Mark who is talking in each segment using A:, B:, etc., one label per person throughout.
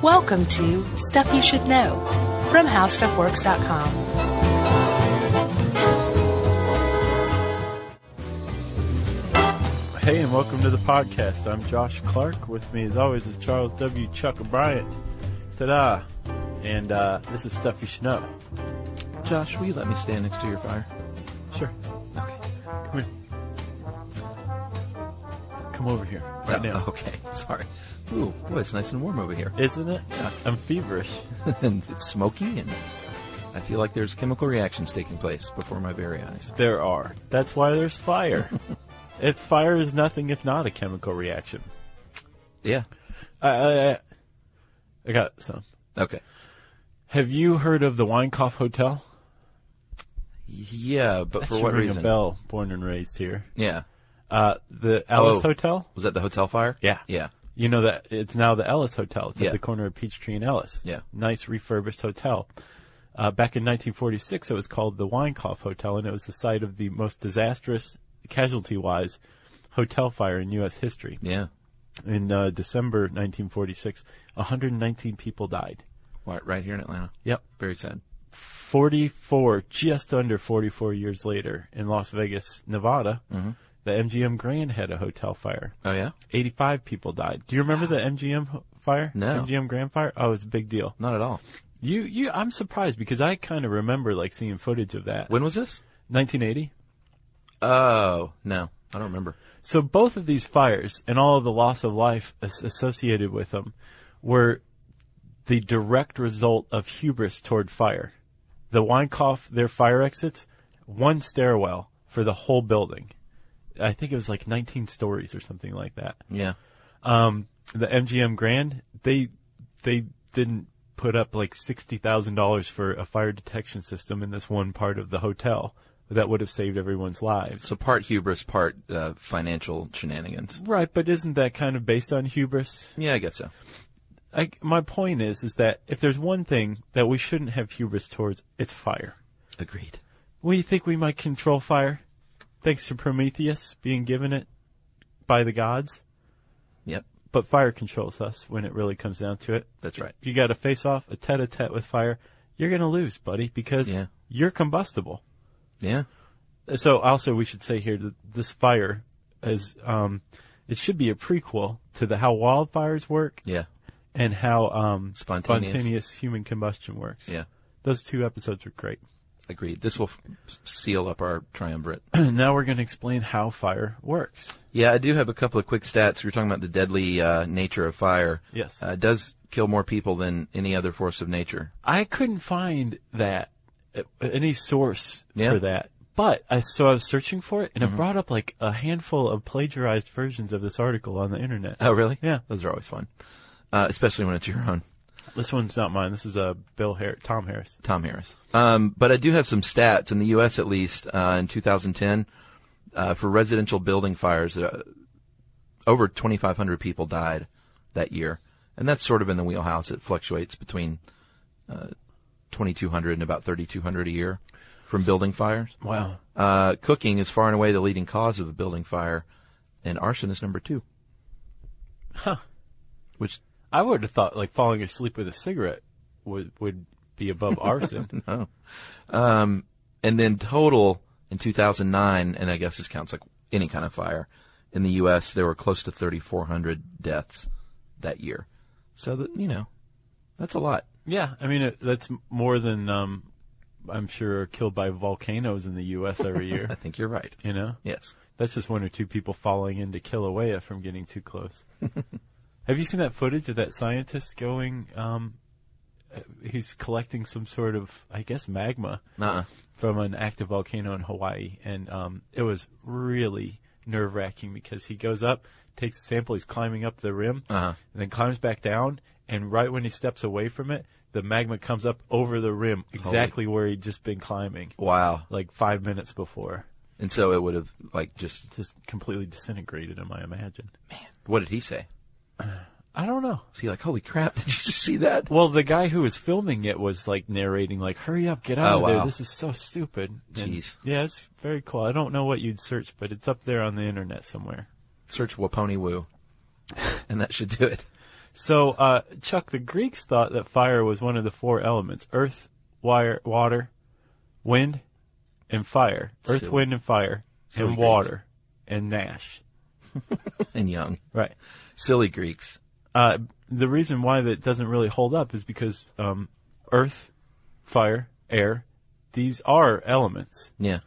A: Welcome to Stuff You Should Know from HowStuffWorks.com.
B: Hey, and welcome to the podcast. I'm Josh Clark. With me, as always, is Charles W. Chuck Bryant. Ta da! And uh, this is Stuff You Should Know.
C: Josh, will you let me stand next to your fire?
B: Sure.
C: Okay.
B: Come here. Come over here right
C: Oh,
B: now.
C: Okay. Sorry. Ooh, boy, it's nice and warm over here.
B: Isn't it? I'm feverish.
C: and it's smoky, and I feel like there's chemical reactions taking place before my very eyes.
B: There are. That's why there's fire. if fire is nothing if not a chemical reaction.
C: Yeah.
B: I, I, I, I got some.
C: Okay.
B: Have you heard of the Weinkauf Hotel?
C: Yeah, but
B: That
C: for
B: should
C: what
B: ring
C: reason?
B: A bell, born and raised here.
C: Yeah.
B: Uh, the Ellis
C: Oh.
B: Hotel.
C: Was that the hotel fire?
B: Yeah.
C: Yeah.
B: You know that it's now the Ellis Hotel. It's
C: Yeah.
B: at the corner of Peachtree and Ellis.
C: Yeah.
B: Nice refurbished hotel. Uh, back in 1946, it was called the Weinkauf Hotel, and it was the site of the most disastrous, casualty-wise, hotel fire in U.S. history.
C: Yeah.
B: In uh, December 1946, 119 people died.
C: Right, right here in Atlanta.
B: Yep.
C: Very sad.
B: 44, just under 44 years later, in Las Vegas, Nevada,
C: Mm-hmm.
B: the MGM Grand had a hotel fire.
C: Oh, yeah?
B: 85 people died. Do you remember the MGM ho- fire?
C: No.
B: MGM Grand Fire? Oh, it was a big deal.
C: Not at all.
B: You, you, I'm surprised because I kind of remember like seeing footage of that.
C: When was this?
B: 1980?
C: Oh, no. I don't remember.
B: So both of these fires and all of the loss of life as- associated with them were the direct result of hubris toward fire. The Weinkauf, their fire exits, one stairwell for the whole building. I think it was like 19 stories or something like that.
C: Yeah.
B: um, the MGM Grand, they they didn't put up like sixty thousand dollars for a fire detection system in this one part of the hotel that would have saved everyone's lives.
C: So part hubris, part uh, financial shenanigans.
B: Right, but isn't that kind of based on hubris?
C: Yeah, I guess so.
B: I, my point is, is that if there's one thing that we shouldn't have hubris towards, it's fire.
C: Agreed.
B: Well, you think we might control fire, thanks to Prometheus being given it by the gods.
C: Yep.
B: but fire controls us when it really comes down to it.
C: That's right.
B: You got a face off, a tete a tete with fire. You're going to lose, buddy, because
C: Yeah.
B: you're combustible.
C: Yeah.
B: So also we should say here that this fire is, um, it should be a prequel to the how wildfires work
C: Yeah.
B: and how um,
C: Spontaneous.
B: spontaneous human combustion works.
C: Yeah.
B: Those two episodes were great.
C: Agreed. This will f- seal up our triumvirate.
B: now we're going to explain how fire works.
C: Yeah, I do have a couple of quick stats. We were talking about the deadly uh, nature of fire.
B: Yes.
C: Uh, it does kill more people than any other force of nature.
B: I couldn't find that uh, any source
C: Yeah. Mm-hmm.
B: for that. But I so I was searching for it, and it brought up like a handful of plagiarized versions of this article on the internet.
C: Oh, really?
B: Yeah.
C: Those are always fun, uh, especially when it's your own.
B: This one's not mine. This is uh, Bill Har- Tom Harris.
C: Tom Harris. Um, but I do have some stats in the U.S. at least uh, in 2010 uh, for residential building fires. Uh, over 2,500 people died that year, and that's sort of in the wheelhouse. It fluctuates between uh, 2,200 and about 3,200 a year from building fires.
B: Wow.
C: Uh, cooking is far and away the leading cause of a building fire, and arson is number two.
B: Huh.
C: Which
B: I would have thought like falling asleep with a cigarette would would be above arson.
C: and then total in 2009, and I guess this counts like any kind of fire in the U.S. There were close to 3,400 deaths that year. So that you know, That's a lot.
B: Yeah, I mean it, that's m- more than um, I'm sure are killed by volcanoes in the U.S. every
C: I
B: year.
C: think you're right.
B: you know,
C: Yes.
B: that's just one or two people falling into Kilauea from getting too close. Have you seen that footage of that scientist going? Um, uh, he's collecting some sort of, I guess, magma
C: Uh-uh.
B: from an active volcano in Hawaii, and um, it was really nerve wracking because he goes up, takes a sample, he's climbing up the rim,
C: Uh-huh.
B: and then climbs back down, and right when he steps away from it, the magma comes up over the rim, exactly where he'd just been climbing,
C: Wow.
B: like five minutes before.
C: And so it would have like just
B: Just completely disintegrated him, I imagine.
C: what did he say?
B: I don't know.
C: Was he like, holy crap, did you see that?
B: Well, the guy who was filming it was like narrating, like, "Hurry up, get out
C: Oh,
B: of there!
C: wow.
B: This is so stupid." And-
C: Jeez.
B: yeah, it's very cool. I don't know what you'd search, but it's up there on the internet somewhere.
C: Search Waponi Woo. And that should do it.
B: So, uh, Chuck, the Greeks thought that fire was one of the four elements: earth, wire, water, wind, and fire. Earth,
C: Silly.
B: wind, and fire,
C: Silly
B: and
C: Greeks.
B: water, and Nash.
C: And young.
B: Right.
C: Silly Greeks.
B: Uh, the reason why that doesn't really hold up is because um, earth, fire, air, these are elements.
C: Yeah.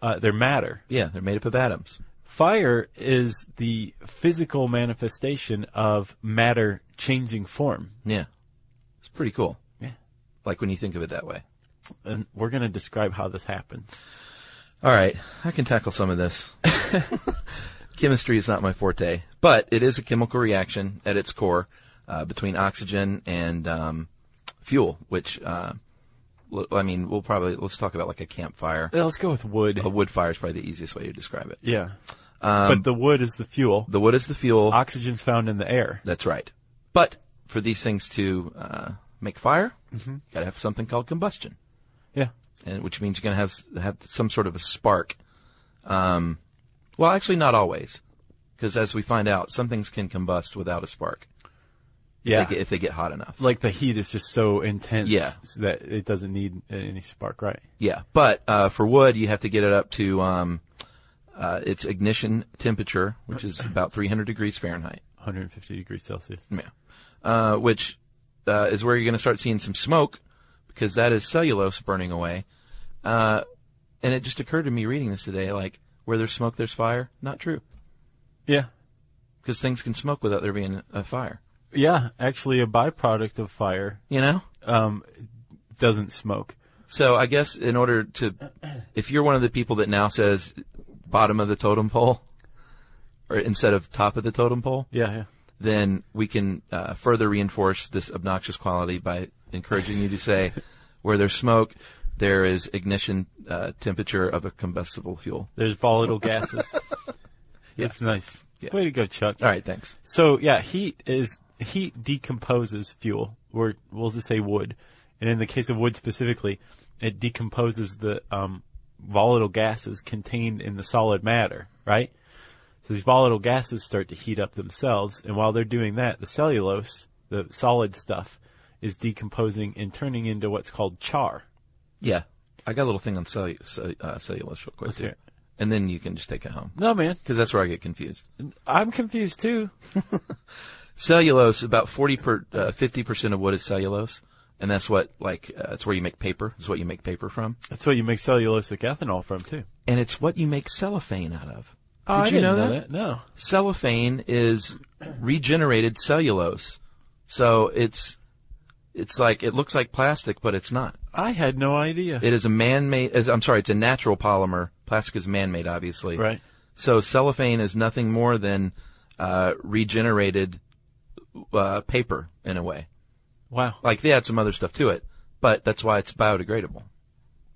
B: Uh, they're matter.
C: Yeah, they're made up of atoms.
B: Fire is the physical manifestation of matter changing form.
C: Yeah. It's pretty cool.
B: Yeah.
C: Like when you think of it that way.
B: And we're going to describe how this happens.
C: All right, I can tackle some of this. Chemistry is not my forte, but it is a chemical reaction at its core uh, between oxygen and um, fuel. Which, uh, l- I mean, we'll probably let's talk about like a campfire.
B: Yeah, Let's go with wood.
C: A wood fire is probably the easiest way to describe it.
B: Yeah.
C: Um,
B: but the wood is the fuel.
C: The wood is the fuel.
B: Oxygen's found in the air.
C: That's right. But for these things to uh, make fire, you gotta have something called combustion.
B: Yeah.
C: and which means you're going to have s- have some sort of a spark. Um, well, actually, not always, because as we find out, some things can combust without a spark if,
B: Yeah.
C: they, get, if they get hot enough.
B: like the heat is just so intense
C: Yeah.
B: that it doesn't need any spark, right?
C: Yeah, but uh, for wood, you have to get it up to um, uh, its ignition temperature, which is about 300 degrees Fahrenheit.
B: 150 degrees Celsius.
C: Yeah, uh, which uh, is where you're going to start seeing some smoke, because that is cellulose burning away. Uh, and it just occurred to me reading this today, like where there's smoke, there's fire. Not true.
B: Yeah.
C: because things can smoke without there being a fire.
B: Yeah. Actually, a byproduct of fire
C: You know?
B: um, doesn't smoke.
C: So I guess in order to, if you're one of the people that now says bottom of the totem pole, or instead of top of the totem pole,
B: Yeah. Yeah.
C: then we can uh, further reinforce this obnoxious quality by encouraging you to say, where there's smoke, there is ignition uh, temperature of a combustible fuel.
B: There's volatile gases. It's nice.
C: Yeah.
B: Way to go, Chuck.
C: All right, thanks.
B: So yeah, heat is heat decomposes fuel, or we'll just say wood. And in the case of wood specifically, it decomposes the um, volatile gases contained in the solid matter, right? So these volatile gases start to heat up themselves, and while they're doing that, the cellulose, the solid stuff, is decomposing and turning into what's called char.
C: Yeah, I got a little thing on cellu- cell- uh, cellulose real quick,
B: Let's hear
C: too.
B: it.
C: and then you can just take it home
B: No, man,
C: because that's where I get confused.
B: I'm confused too.
C: cellulose about 40 per uh, 50% of wood is cellulose and that's what like uh, that's where you make paper it's what you make paper from
B: That's what you make cellulosic ethanol from too.
C: and it's what you make cellophane out of
B: Oh,
C: did
B: I
C: you
B: didn't
C: know, that?
B: No.
C: cellophane is regenerated cellulose so it's it's like it looks like plastic but it's not
B: I had no idea.
C: it is a man-made is- i'm sorry it's a natural polymer plastic is man-made obviously
B: Right.
C: so cellophane is nothing more than uh, regenerated uh, paper in a way
B: Wow.
C: like they had some other stuff to it, but that's why it's biodegradable.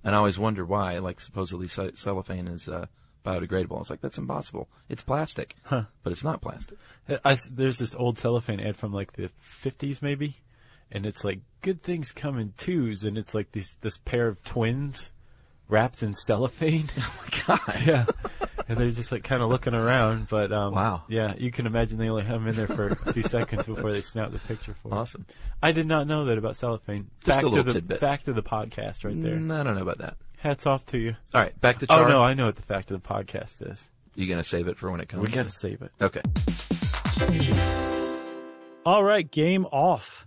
C: And I always wonder why, like supposedly ce- cellophane is uh, biodegradable. I was like, that's impossible. It's plastic, but it's not plastic.
B: I, there's this old cellophane ad from like the 50s maybe, and it's like good things come in twos, and it's like these this pair of twins wrapped in cellophane.
C: Oh my god!
B: yeah, and they're just like kind of looking around, but um,
C: Wow.
B: yeah, you can imagine they only had them in there for a few seconds before they snapped the picture for. it.
C: Awesome.
B: I did not know that about cellophane.
C: Just
B: back
C: a little
B: to the,
C: tidbit.
B: Back to the podcast right there.
C: Mm, I don't know about that.
B: Hats off to you.
C: All right, back to char.
B: Oh no, I know what the fact of the podcast is.
C: You gonna save it for when it comes?
B: We got to save it.
C: Okay.
D: All right, game off.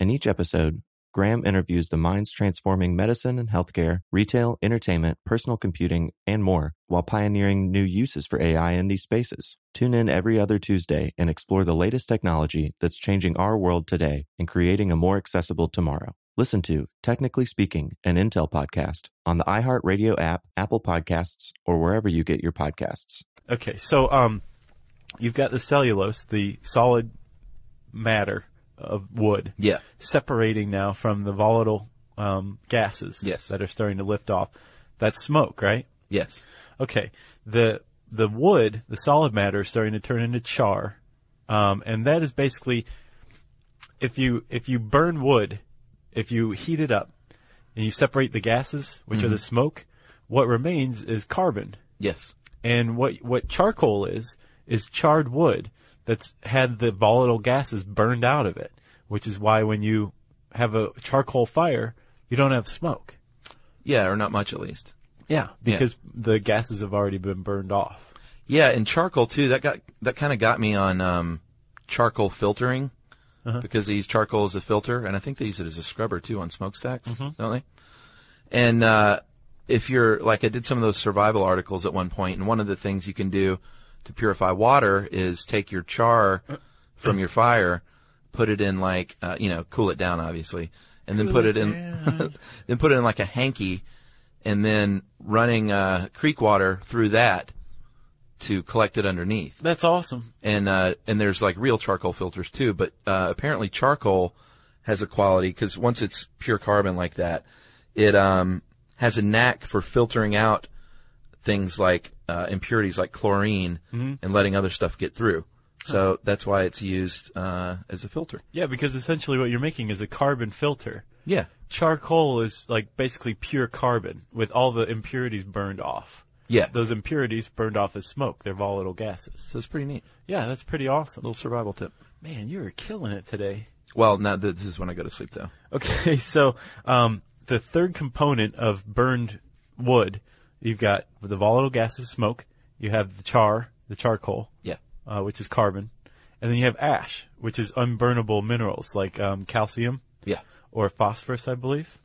E: In each episode, Graham interviews the minds transforming medicine and healthcare, retail, entertainment, personal computing, and more, while pioneering new uses for AI in these spaces. Tune in every other Tuesday and explore the latest technology that's changing our world today and creating a more accessible tomorrow. Listen to Technically Speaking, an Intel podcast on the iHeartRadio app, Apple Podcasts, or wherever you get your podcasts.
B: Okay, so um, you've got the cellulose, the solid matter of wood
C: Yeah.
B: separating now from the volatile um, gases
C: Yes.
B: that are starting to lift off. That's smoke, right?
C: Yes.
B: Okay. The the wood, the solid matter, is starting to turn into char, um, and that is basically if you if you burn wood, if you heat it up, and you separate the gases, which are the smoke, what remains is carbon.
C: Yes.
B: And what what charcoal is is charred wood that's had the volatile gases burned out of it, which is why when you have a charcoal fire, you don't have smoke.
C: Yeah, or not much at least.
B: Yeah, because the gases have already been burned off.
C: Yeah, and charcoal too. That got that kind of got me on um, charcoal filtering because they use charcoal as a filter, and I think they use it as a scrubber too on smokestacks, don't they? And uh, if you're like, I did some of those survival articles at one point, and one of the things you can do to purify water is take your char from your fire, put it in like, uh, you know, cool it down obviously, and then put it, in, then put it in like a hanky, and then running uh, creek water through that to collect it underneath
B: That's awesome.
C: and uh, and there's like real charcoal filters too. But uh, apparently charcoal has a quality because once it's pure carbon like that, it um, has a knack for filtering out things like uh, impurities like chlorine and letting other stuff get through. So that's why it's used uh, as a filter.
B: Yeah, because essentially what you're making is a carbon filter.
C: Yeah,
B: Charcoal is like basically pure carbon with all the impurities burned off.
C: yeah.
B: Those impurities burned off as smoke. They're volatile gases.
C: so it's pretty neat.
B: Yeah, that's pretty awesome.
C: Little survival tip.
B: Man, you were killing it today.
C: Well, now th- this is when I go to sleep though.
B: Okay, so um, the third component of burned wood, you've got the volatile gases, smoke. You have the char, the charcoal,
C: Yeah.
B: uh, which is carbon, and then you have ash, which is unburnable minerals like um, calcium
C: Yeah.
B: or phosphorus, I believe.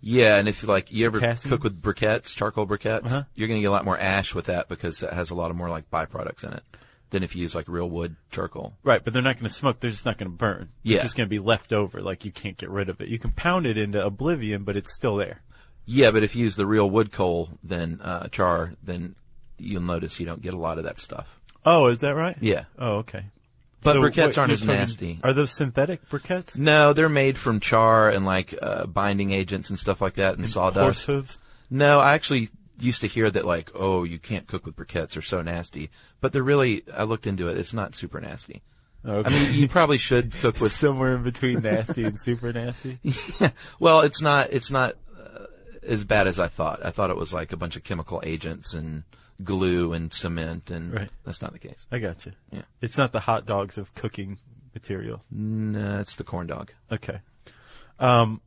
C: Yeah, and if like you ever
B: Potassium? Uh-huh.
C: cook with briquettes, charcoal briquettes, you're going to get a lot more ash with that because it has a lot of more like byproducts in it than if you use like real wood charcoal.
B: Right, but they're not going to smoke. They're just not going to burn.
C: Yeah.
B: It's just going to be left over. Like you can't get rid of it. You can pound it into oblivion, but it's still there.
C: Yeah, but if you use the real wood coal, then uh, char, then you'll notice you don't get a lot of that stuff.
B: Oh, is that right?
C: Yeah,
B: Oh, okay.
C: but
B: So
C: briquettes
B: what
C: aren't
B: you're
C: as
B: talking-
C: nasty.
B: Are those synthetic briquettes?
C: No, they're made from char and like uh, binding agents and stuff like that, and,
B: Horse
C: sawdust.
B: hooves?
C: No, I actually used to hear that like, oh, you can't cook with briquettes; they're so nasty. But they're really, I looked into it; it's not super nasty.
B: Okay.
C: I mean, you probably should cook with
B: somewhere in between nasty and super nasty.
C: Well, it's not. It's not uh, as bad as I thought. I thought it was like a bunch of chemical agents and glue and cement, and
B: Right.
C: that's not the case.
B: I got you.
C: Yeah.
B: It's not the hot dogs of cooking materials.
C: No, it's the corn dog.
B: Okay. Um,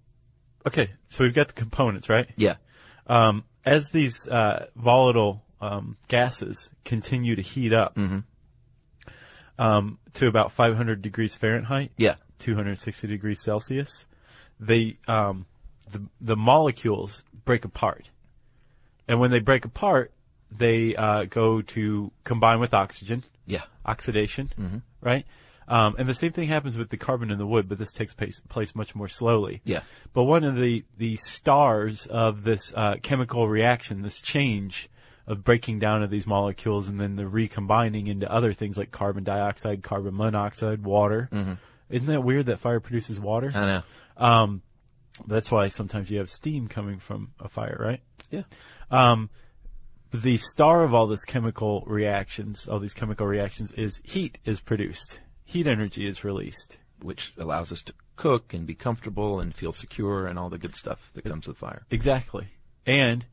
B: okay. So we've got the components, right?
C: Yeah,
B: Um, as these uh, volatile um, gases continue to heat up um, to about 500 degrees Fahrenheit,
C: Yeah.
B: 260 degrees Celsius, they um, the the molecules break apart, and when they break apart, they uh, go to combine with oxygen,
C: Yeah.
B: oxidation, right? Um, and the same thing happens with the carbon in the wood, but this takes place, place much more slowly.
C: Yeah.
B: But one of the, the stars of this uh, chemical reaction, this change of breaking down of these molecules and then the recombining into other things like carbon dioxide, carbon monoxide, water. Isn't that weird that fire produces water?
C: I know.
B: That's why sometimes you have steam coming from a fire, right?
C: Yeah.
B: the star of all this chemical reactions, all these chemical reactions, is heat is produced. Heat energy is released.
C: Which allows us to cook and be comfortable and feel secure and all the good stuff that comes with fire.
B: Exactly. And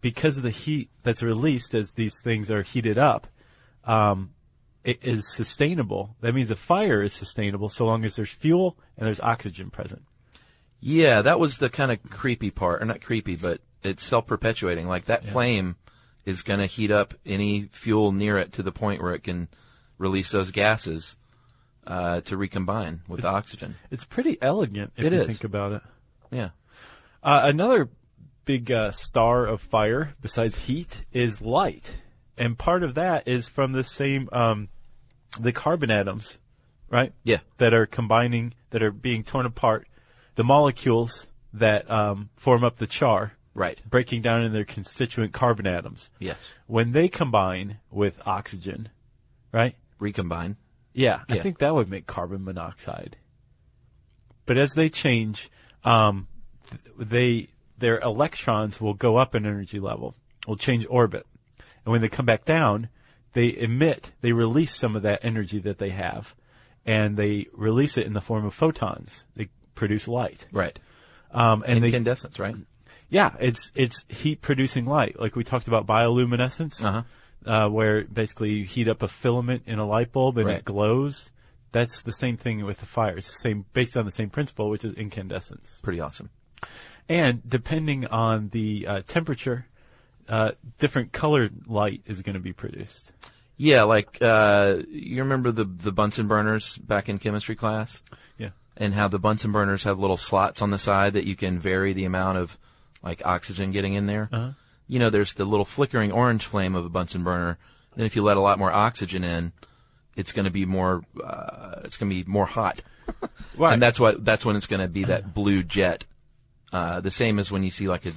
B: because of the heat that's released as these things are heated up, um, it is sustainable. That means the fire is sustainable so long as there's fuel and there's oxygen present.
C: Yeah, that was the kind of creepy part, or not creepy, but it's self-perpetuating. Like that flame is going to heat up any fuel near it to the point where it can release those gases uh, to recombine with the oxygen.
B: It's pretty elegant if
C: It
B: you
C: is.
B: think about it.
C: Yeah.
B: Uh, another big uh, star of fire, besides heat, is light, and part of that is from the same um, the carbon atoms, right?
C: Yeah.
B: That are combining, that are being torn apart, the molecules that um, form up the char,
C: Right.
B: breaking down into their constituent carbon atoms.
C: Yes.
B: When they combine with oxygen, right?
C: Recombine.
B: Yeah, I
C: Yeah.
B: think that would make carbon monoxide. But as they change, um, th- they their electrons will go up in energy level, will change orbit, and when they come back down, they emit, they release some of that energy that they have, and they release it in the form of photons. They produce light,
C: Right.
B: um, and they
C: Incandescence, right?
B: yeah, it's it's heat producing light, like we talked about bioluminescence,
C: Uh-huh.
B: uh, where basically you heat up a filament in a light bulb and
C: Right.
B: it glows. That's the same thing with the fire. It's the same based on the same principle, which is incandescence.
C: Pretty awesome.
B: And depending on the uh, temperature, uh, different colored light is going to be produced.
C: Yeah, like uh, you remember the the Bunsen burners back in chemistry class,
B: Yeah.
C: and how the Bunsen burners have little slots on the side that you can vary the amount of like oxygen getting in there.
B: Uh-huh.
C: You know, there's the little flickering orange flame of a Bunsen burner. Then if you let a lot more oxygen in, it's going to be more uh, it's going to be more hot,
B: Right.
C: and that's why that's when it's going to be that blue jet. Uh, the same as when you see like a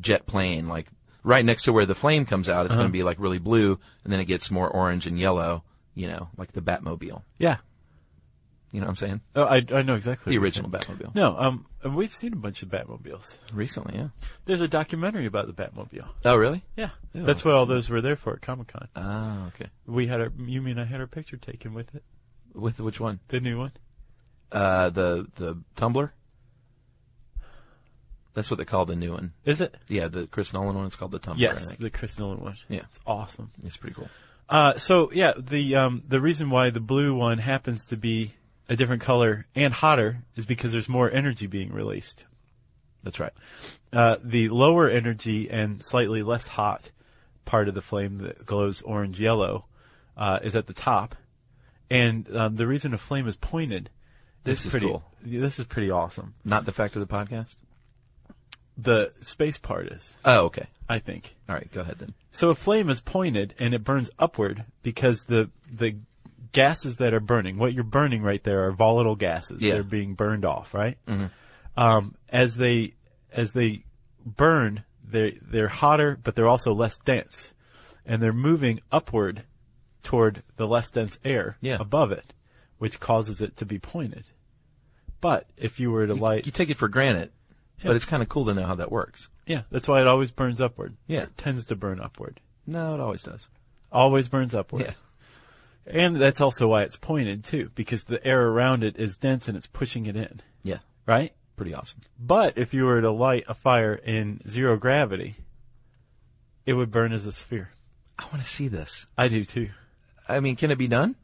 C: jet plane, like right next to where the flame comes out, it's
B: Uh-huh.
C: going to be like really blue, and then it gets more orange and yellow. You know, like the Batmobile.
B: yeah.
C: You know what I'm saying?
B: Oh, I, I know
C: The
B: exactly. what you're
C: original
B: saying.
C: Batmobile.
B: No, um, and we've seen a bunch of Batmobiles.
C: Recently, yeah.
B: There's a documentary about the Batmobile.
C: Oh, really?
B: Yeah,
C: Ew,
B: that's what all those were there for at Comic Con.
C: Oh, okay.
B: We had our, you mean I had our picture taken with it?
C: With which one?
B: The new one?
C: Uh, the the Tumblr. That's what they call the new one.
B: Is it?
C: Yeah, the Chris Nolan one is called the Tumblr. I
B: Yes,
C: think.
B: the Chris Nolan one.
C: Yeah.
B: It's awesome.
C: it's pretty cool.
B: Uh, so yeah, the, um, the reason why the blue one happens to be a different color and hotter is because there's more energy being released.
C: That's right.
B: Uh, the lower energy and slightly less hot part of the flame that glows orange yellow, uh, is at the top. And, um, the reason a flame is pointed
C: This is
B: pretty,
C: cool.
B: yeah, This is pretty awesome.
C: Not the fact of the podcast.
B: The space part is,
C: Oh, okay.
B: I think.
C: All right, go ahead then.
B: So a flame is pointed and it burns upward because the the gases that are burning, what you're burning right there are volatile gases.
C: Yeah. Mm-hmm.
B: They're being burned off, right? Um, as they as they burn, they they're hotter, but they're also less dense, and they're moving upward toward the less dense air
C: Yeah.
B: above it, which causes it to be pointed. But if you were to light,
C: You take it for granted, but it's kind of cool to know how that works.
B: yeah, that's why it always burns upward.
C: Yeah.
B: it tends to burn upward.
C: No, it always does.
B: Always burns upward.
C: Yeah.
B: And that's also why it's pointed too, because the air around it is dense and it's pushing it in,
C: Yeah.
B: right?
C: Pretty awesome.
B: But if you were to light a fire in zero gravity, it would burn as a sphere.
C: I want to see this.
B: I do too.
C: I mean, can it be done?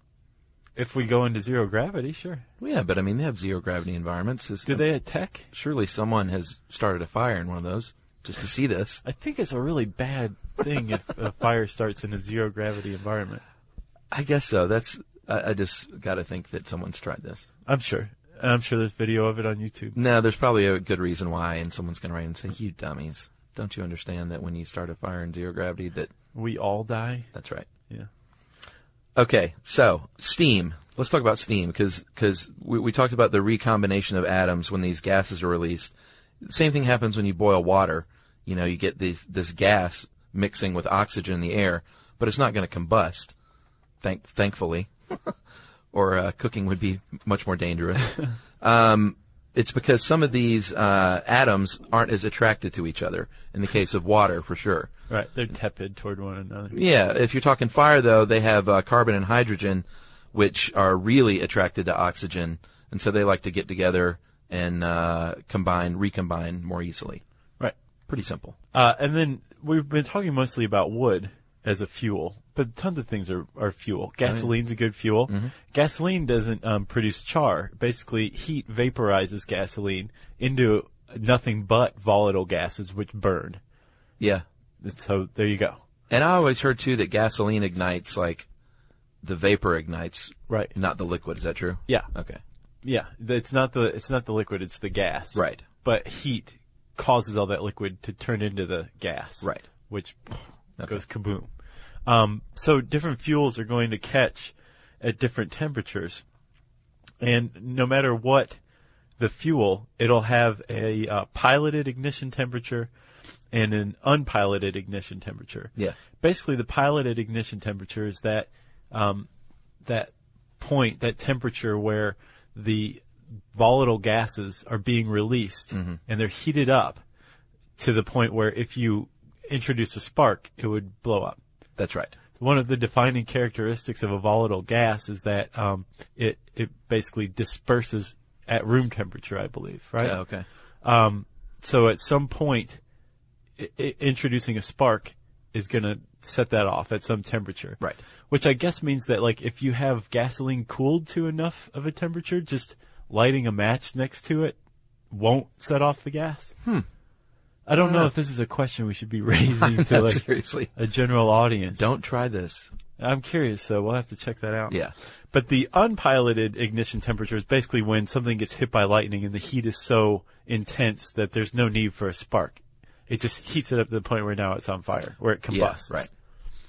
B: If we go into zero gravity, sure.
C: Well, yeah, but I mean, they have zero gravity environments. It's-
B: Do they attack?
C: Surely someone has started a fire in one of those. just to see this.
B: I think it's a really bad thing if a fire starts in a zero gravity environment.
C: I guess so. That's I, I just got to think that someone's tried this.
B: I'm sure. And I'm sure there's video of it on YouTube.
C: No, there's probably a good reason why, and someone's going to write and say, "You dummies, don't you understand that when you start a fire in zero gravity, that
B: We all die.
C: that's right."
B: Yeah.
C: Okay, so steam. Let's talk about steam because we, we talked about the recombination of atoms when these gases are released. Same thing happens when you boil water. You know, you get these, this gas mixing with oxygen in the air, but it's not going to combust, thank, thankfully, or uh, cooking would be much more dangerous. um, it's because some of these uh, atoms aren't as attracted to each other. In the case of water, for sure.
B: Right. They're tepid toward one another.
C: Yeah, if you're talking fire, though, they have uh, carbon and hydrogen, which are really attracted to oxygen, and so they like to get together and uh, combine, recombine more easily.
B: Right.
C: Pretty simple.
B: Uh, and then we've been talking mostly about wood as a fuel, but tons of things are, are fuel. Gasoline's a good fuel.
C: mm-hmm.
B: Gasoline doesn't um, produce char. Basically, heat vaporizes gasoline into nothing but volatile gases, which burn.
C: Yeah,
B: So there you go.
C: and I always heard too that gasoline ignites like the vapor ignites,
B: Right.
C: Not the liquid. Is that true?
B: Yeah.
C: Okay.
B: Yeah, th- it's not the it's not the liquid, it's the gas.
C: Right.
B: But heat causes all that liquid to turn into the gas.
C: Right.
B: Which goes kaboom. Um, so different fuels are going to catch at different temperatures, and no matter what the fuel, it'll have a uh, piloted ignition temperature and an unpiloted ignition temperature.
C: Yeah.
B: Basically, the piloted ignition temperature is that um, that point, that temperature where the volatile gases are being released and they're heated up to the point where if you introduce a spark, it would blow up.
C: That's right.
B: One of the defining characteristics of a volatile gas is that um, it it basically disperses at room temperature, I believe, right?
C: Yeah, okay.
B: So at some point, i- i- introducing a spark is going to set that off at some temperature.
C: Right.
B: Which I guess means that like if you have gasoline cooled to enough of a temperature, just lighting a match next to it won't set off the gas. Hmm. I don't know if this is a question we should be raising to
C: No,
B: like
C: seriously,
B: a general audience.
C: don't try this.
B: I'm curious, so we'll have to check that out.
C: Yeah.
B: But the unpiloted ignition temperature is basically when something gets hit by lightning and the heat is so intense that there's no need for a spark. It just heats it up to the point where now it's on fire, where it
C: Yeah,
B: combusts.
C: right.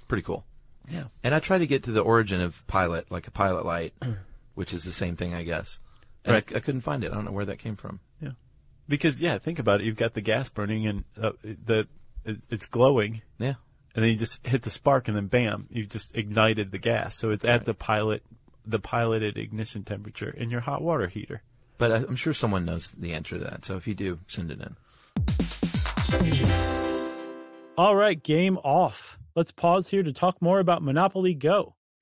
C: Pretty cool. Yeah. And I try to get to the origin of pilot, like a pilot light, which is the same thing, I guess. And
B: Right.
C: I, I couldn't find it. I don't know where that came from.
B: Yeah. Because yeah, think about it. You've got the gas burning and uh, the it, it's glowing,
C: Yeah.
B: and then you just hit the spark, and then bam, you just ignited the gas. So it's at the pilot, the piloted ignition temperature in your hot water heater.
C: But I, I'm sure someone knows the answer to that. So if you do, send it in.
D: All right, game off. Let's pause here to talk more about Monopoly Go.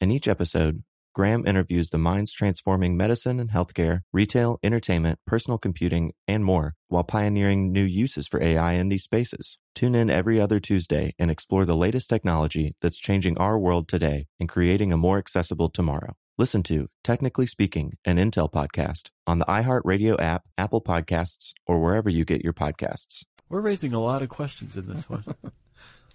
E: In each episode, Graham interviews the minds transforming medicine and healthcare, retail, entertainment, personal computing, and more, while pioneering new uses for AI in these spaces. Tune in every other Tuesday and explore the latest technology that's changing our world today and creating a more accessible tomorrow. Listen to Technically Speaking, an Intel podcast on the iHeartRadio app, Apple Podcasts, or wherever you get your podcasts.
D: We're raising a lot of questions in this one.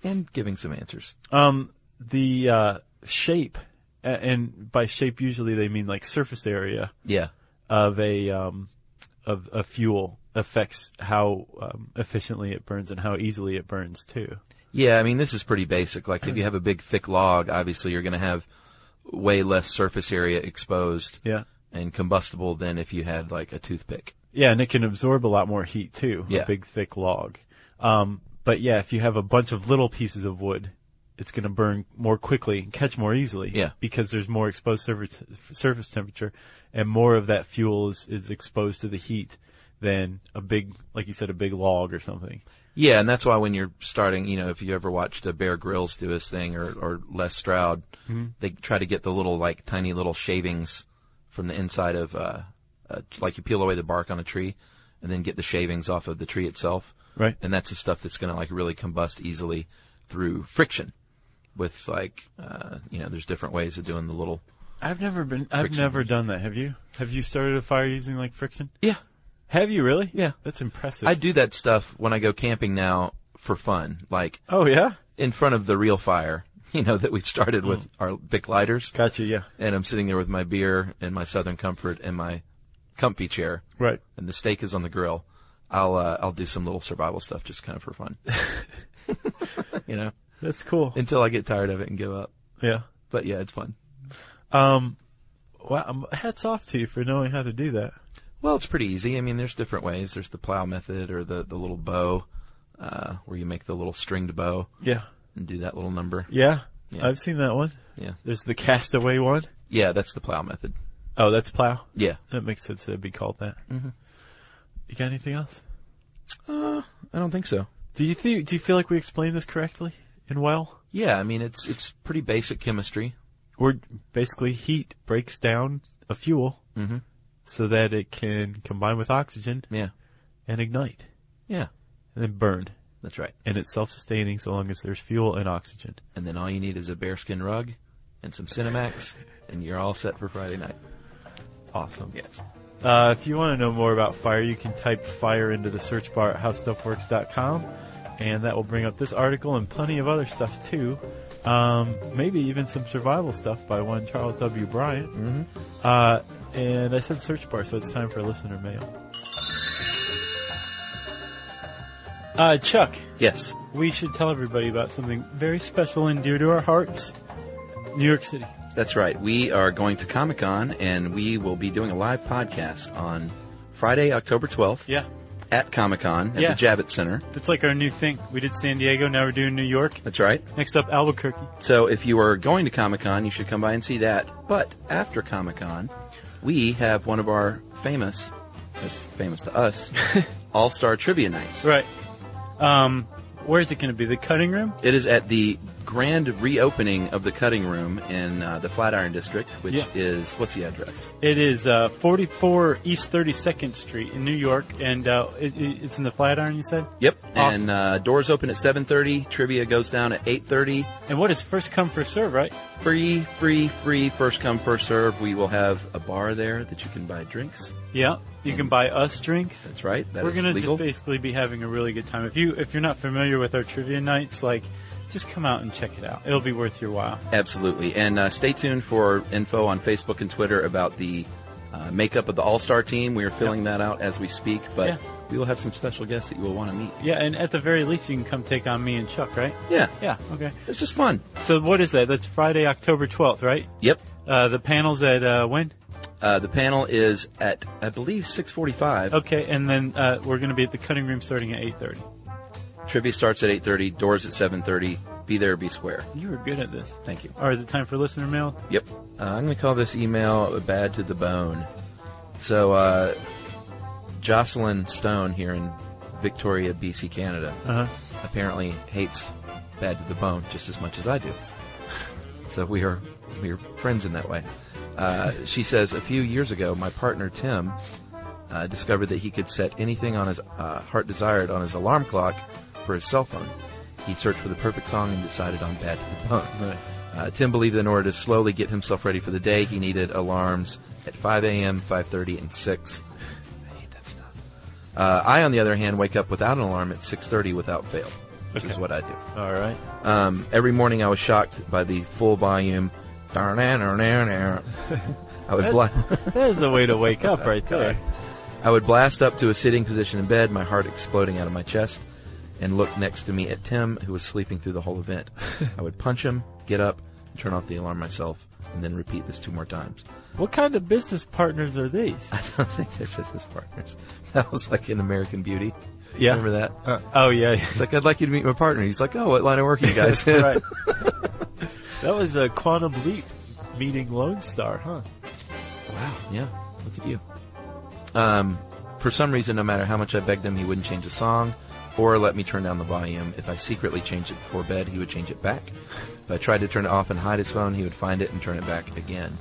C: and giving some answers.
D: um, the uh, shape, a- and by shape usually they mean like surface area
C: Yeah.
D: of a um, of a fuel affects how um, efficiently it burns and how easily it burns too.
C: Yeah, I mean, this is pretty basic. Like, if you have a big, thick log, obviously you're going to have way less surface area exposed
D: Yeah.
C: and combustible than if you had, like, a toothpick.
D: Yeah, and it can absorb a lot more heat too.
C: Yeah.
D: A big thick log. Um, but yeah, if you have a bunch of little pieces of wood, it's going to burn more quickly and catch more easily.
C: Yeah.
D: Because there's more exposed surface, surface temperature and more of that fuel is, is exposed to the heat than a big, like you said, a big log or something.
C: Yeah, and that's why when you're starting, you know, if you ever watched a Bear Grylls do his thing or, or Les Stroud, they try to get the little, like, tiny little shavings from the inside of, uh, uh, like you peel away the bark on a tree and then get the shavings off of the tree itself.
D: Right.
C: And that's the stuff that's going to, like, really combust easily through friction with, like, uh, you know, there's different ways of doing the little.
D: I've never been, I've
C: Friction.
D: never done that. Have you? Have you started a fire using like friction?
C: Yeah.
D: Have you really?
C: Yeah.
D: That's impressive.
C: I do that stuff when I go camping now for fun, like
D: Oh yeah.
C: in front of the real fire, you know, that we've started with our Bic lighters.
D: Gotcha. Yeah.
C: and I'm sitting there with my beer and my Southern Comfort and my comfy chair,
D: Right.
C: and the steak is on the grill. I'll uh, I'll do some little survival stuff just kind of for fun, you know,
D: That's cool.
C: until I get tired of it and give up.
D: yeah.
C: But yeah, it's fun.
D: Um, wow, um, hats off to you for knowing how to do that.
C: Well, it's pretty easy. I mean, there's different ways. There's the plow method or the the little bow, uh, where you make the little stringed bow
D: Yeah.
C: and do that little number.
D: Yeah.
C: Yeah.
D: I've seen that one.
C: Yeah,
D: There's the castaway one.
C: yeah, that's the plow method.
D: Oh, that's plow.
C: Yeah,
D: That makes sense. That'd be called that. Mm-hmm. You got anything else?
C: Uh, I don't think so.
D: Do you think? Do you feel like we explained this correctly and well?
C: Yeah, I mean, it's it's pretty basic chemistry.
D: Or basically, heat breaks down a fuel so that it can combine with oxygen
C: Yeah,
D: and ignite
C: yeah,
D: and then burn.
C: that's right.
D: And it's self-sustaining so long as there's fuel and oxygen.
C: and then all you need is a bearskin rug and some Cinemax, and you're all set for Friday night.
D: Awesome.
C: Yes.
D: Uh, if you want to know more about fire, you can type fire into the search bar at howstuffworks.com, and that will bring up this article and plenty of other stuff too. Um, maybe even some survival stuff by one Charles W. Bryant. Mm-hmm. Uh, and I said search bar, so it's time for listener mail. Uh, Chuck,
C: Yes.
D: we should tell everybody about something very special and dear to our hearts New York City.
C: That's right. We are going to Comic Con, and we will be doing a live podcast on Friday, October 12th
B: Yeah.
C: at Comic Con at
B: Yeah.
C: the Javits Center.
B: That's like our new thing. We did San Diego, now we're doing New York.
C: That's right.
B: Next up, Albuquerque.
C: So if you are going to Comic Con, you should come by and see that. But after Comic Con, we have one of our famous, that's famous to us, All Star Trivia Nights.
B: Right. Um, where is it going to be? The cutting room?
C: It is at the grand reopening of the cutting room in uh, the Flatiron District, which
B: Yeah.
C: is what's the address?
B: It is uh, 44 East 32nd Street in New York, and uh, it, it- it's in the Flatiron, you said?
C: Yep.
B: Awesome.
C: And uh, doors open at 7:30. Trivia goes down at 8:30.
B: And what is first come, first serve, right?
C: Free, free, free. First come, first serve. We will have a bar there that you can buy drinks.
B: Yeah. You can buy us drinks.
C: That's right. That
B: We're
C: is
B: gonna
C: legal.
B: just basically be having a really good time. If you if you're not familiar with our trivia nights, like just come out and check it out. It'll be worth your while.
C: Absolutely. And uh, stay tuned for info on Facebook and Twitter about the uh, makeup of the All Star team. We are filling that out as we speak, but
B: Yeah.
C: we will have some special guests that you will want to meet.
B: Yeah, and at the very least, you can come take on me and Chuck, right?
C: Yeah.
B: Yeah. Okay.
C: It's just fun.
B: So what is that? That's Friday, October twelfth, right?
C: Yep.
B: Uh, the panel's at uh, when?
C: Uh, the panel is at, I believe, 6:45.
B: Okay, and then uh, we're going to be at the cutting room starting at eight thirty.
C: Trivia starts at 8:30. Doors at 7:30. Be there, be square.
B: You were good at this.
C: Thank you.
B: All right, is it time for listener mail?
C: Yep. Uh, I'm going to call this email "Bad to the Bone." So, uh, Jocelyn Stone here in Victoria, BC, Canada,
B: Uh huh.
C: apparently hates "Bad to the Bone" just as much as I do. so we are we are friends in that way. Uh, she says a few years ago, my partner Tim uh, discovered that he could set anything on his uh, heart desired on his alarm clock for his cell phone. He searched for the perfect song and decided on "Bad to the Bone."
D: Nice.
C: Uh, Tim believed that in order to slowly get himself ready for the day, he needed alarms at 5 a.m., 5:30, and 6. I hate that stuff. Uh, I, on the other hand, wake up without an alarm at 6:30 without fail, which is
D: Okay.
C: what I do.
D: All right.
C: Um, every morning I was shocked by the full volume. I would bl-
D: That is a way to wake up right there.
C: I would blast up to a sitting position in bed, my heart exploding out of my chest, and look next to me at Tim, who was sleeping through the whole event. I would punch him, get up, turn off the alarm myself, and then repeat this two more times.
D: What kind of business partners are these?
C: I don't think they're business partners. That was like in American Beauty.
D: Yeah.
C: Remember that? Uh,
D: Oh yeah,
C: It's like, I'd like you to meet my partner. He's like, oh, what line of work are you guys in?
D: that's right. that was a quantum leap meeting Lone Star, huh?
C: Wow. Yeah. Look at you. Um, for some reason, no matter how much I begged him, he wouldn't change the song or let me turn down the volume. If I secretly changed it before bed, he would change it back. If I tried to turn it off and hide his phone, he would find it and turn it back again.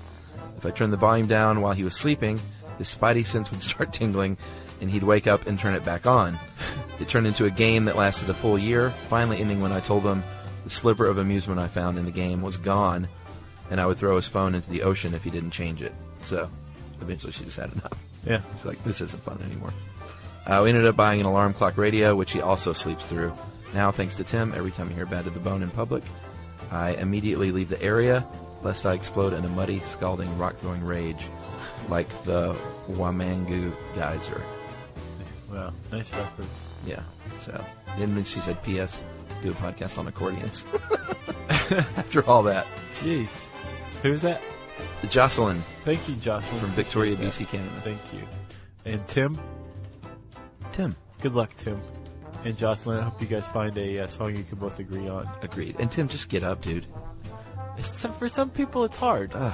C: If I turned the volume down while he was sleeping, his spidey sense would start tingling and he'd wake up and turn it back on. It turned into a game that lasted a full year, finally ending when I told him the sliver of amusement I found in the game was gone and I would throw his phone into the ocean if he didn't change it. So eventually she just had enough.
D: Yeah.
C: She's like, this isn't fun anymore. Uh, we ended up buying an alarm clock radio, which he also sleeps through. Now, thanks to Tim, every time I hear Bad to the Bone in public, I immediately leave the area lest I explode in a muddy, scalding, rock throwing rage like the Wamangu geyser.
D: Wow, nice reference.
C: Yeah. So and then she said, "P.S. Do a podcast on accordions." After all that,
D: Jeez, who's that?
C: Jocelyn
D: Thank you, Jocelyn,
C: from Victoria,
D: Appreciate
C: BC,
D: that.
C: Canada.
D: Thank you, and Tim.
C: Tim.
D: Good luck, Tim, and Jocelyn. I hope you guys find a uh, song you can both agree on.
C: Agreed. And Tim, just get up, dude.
D: It's, for some people, it's hard.
C: I,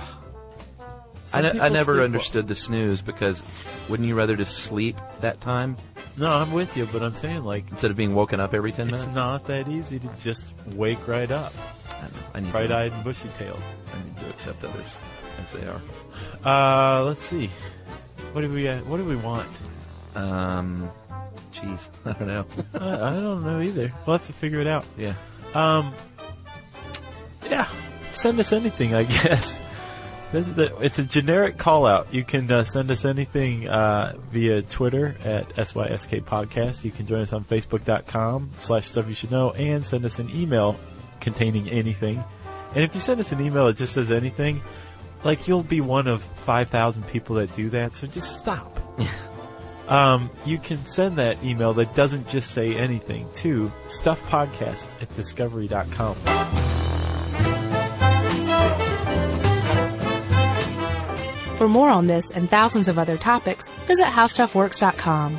D: Some
C: ne- I
D: people sleep
C: never
D: well.
C: understood the snooze because wouldn't you rather just sleep that time
D: No, I'm with you, but I'm saying like
C: instead of being woken up every 10 minutes?
D: it's not that easy to just wake right up,
C: I, don't know. I need to,
D: bright-eyed and bushy-tailed.
C: I need to accept others as they are.
D: Uh, let's see. What do we uh, What do we want?
C: Um, jeez, I don't know.
D: I, I don't know either. We'll have to figure it out.
C: yeah.
D: Um, yeah, send us anything, I guess. This is the, it's a generic call out. You can uh, send us anything uh, via Twitter at SYSK Podcast. You can join us on Facebook.com slash Stuff You Should Know and send us an email containing anything. And if you send us an email that just says anything, like you'll be one of 5,000 people that do that, so just stop. Um, you can send that email that doesn't just say anything to stuffpodcast at discovery.com.
A: For more on this and thousands of other topics, visit howstuffworks.com.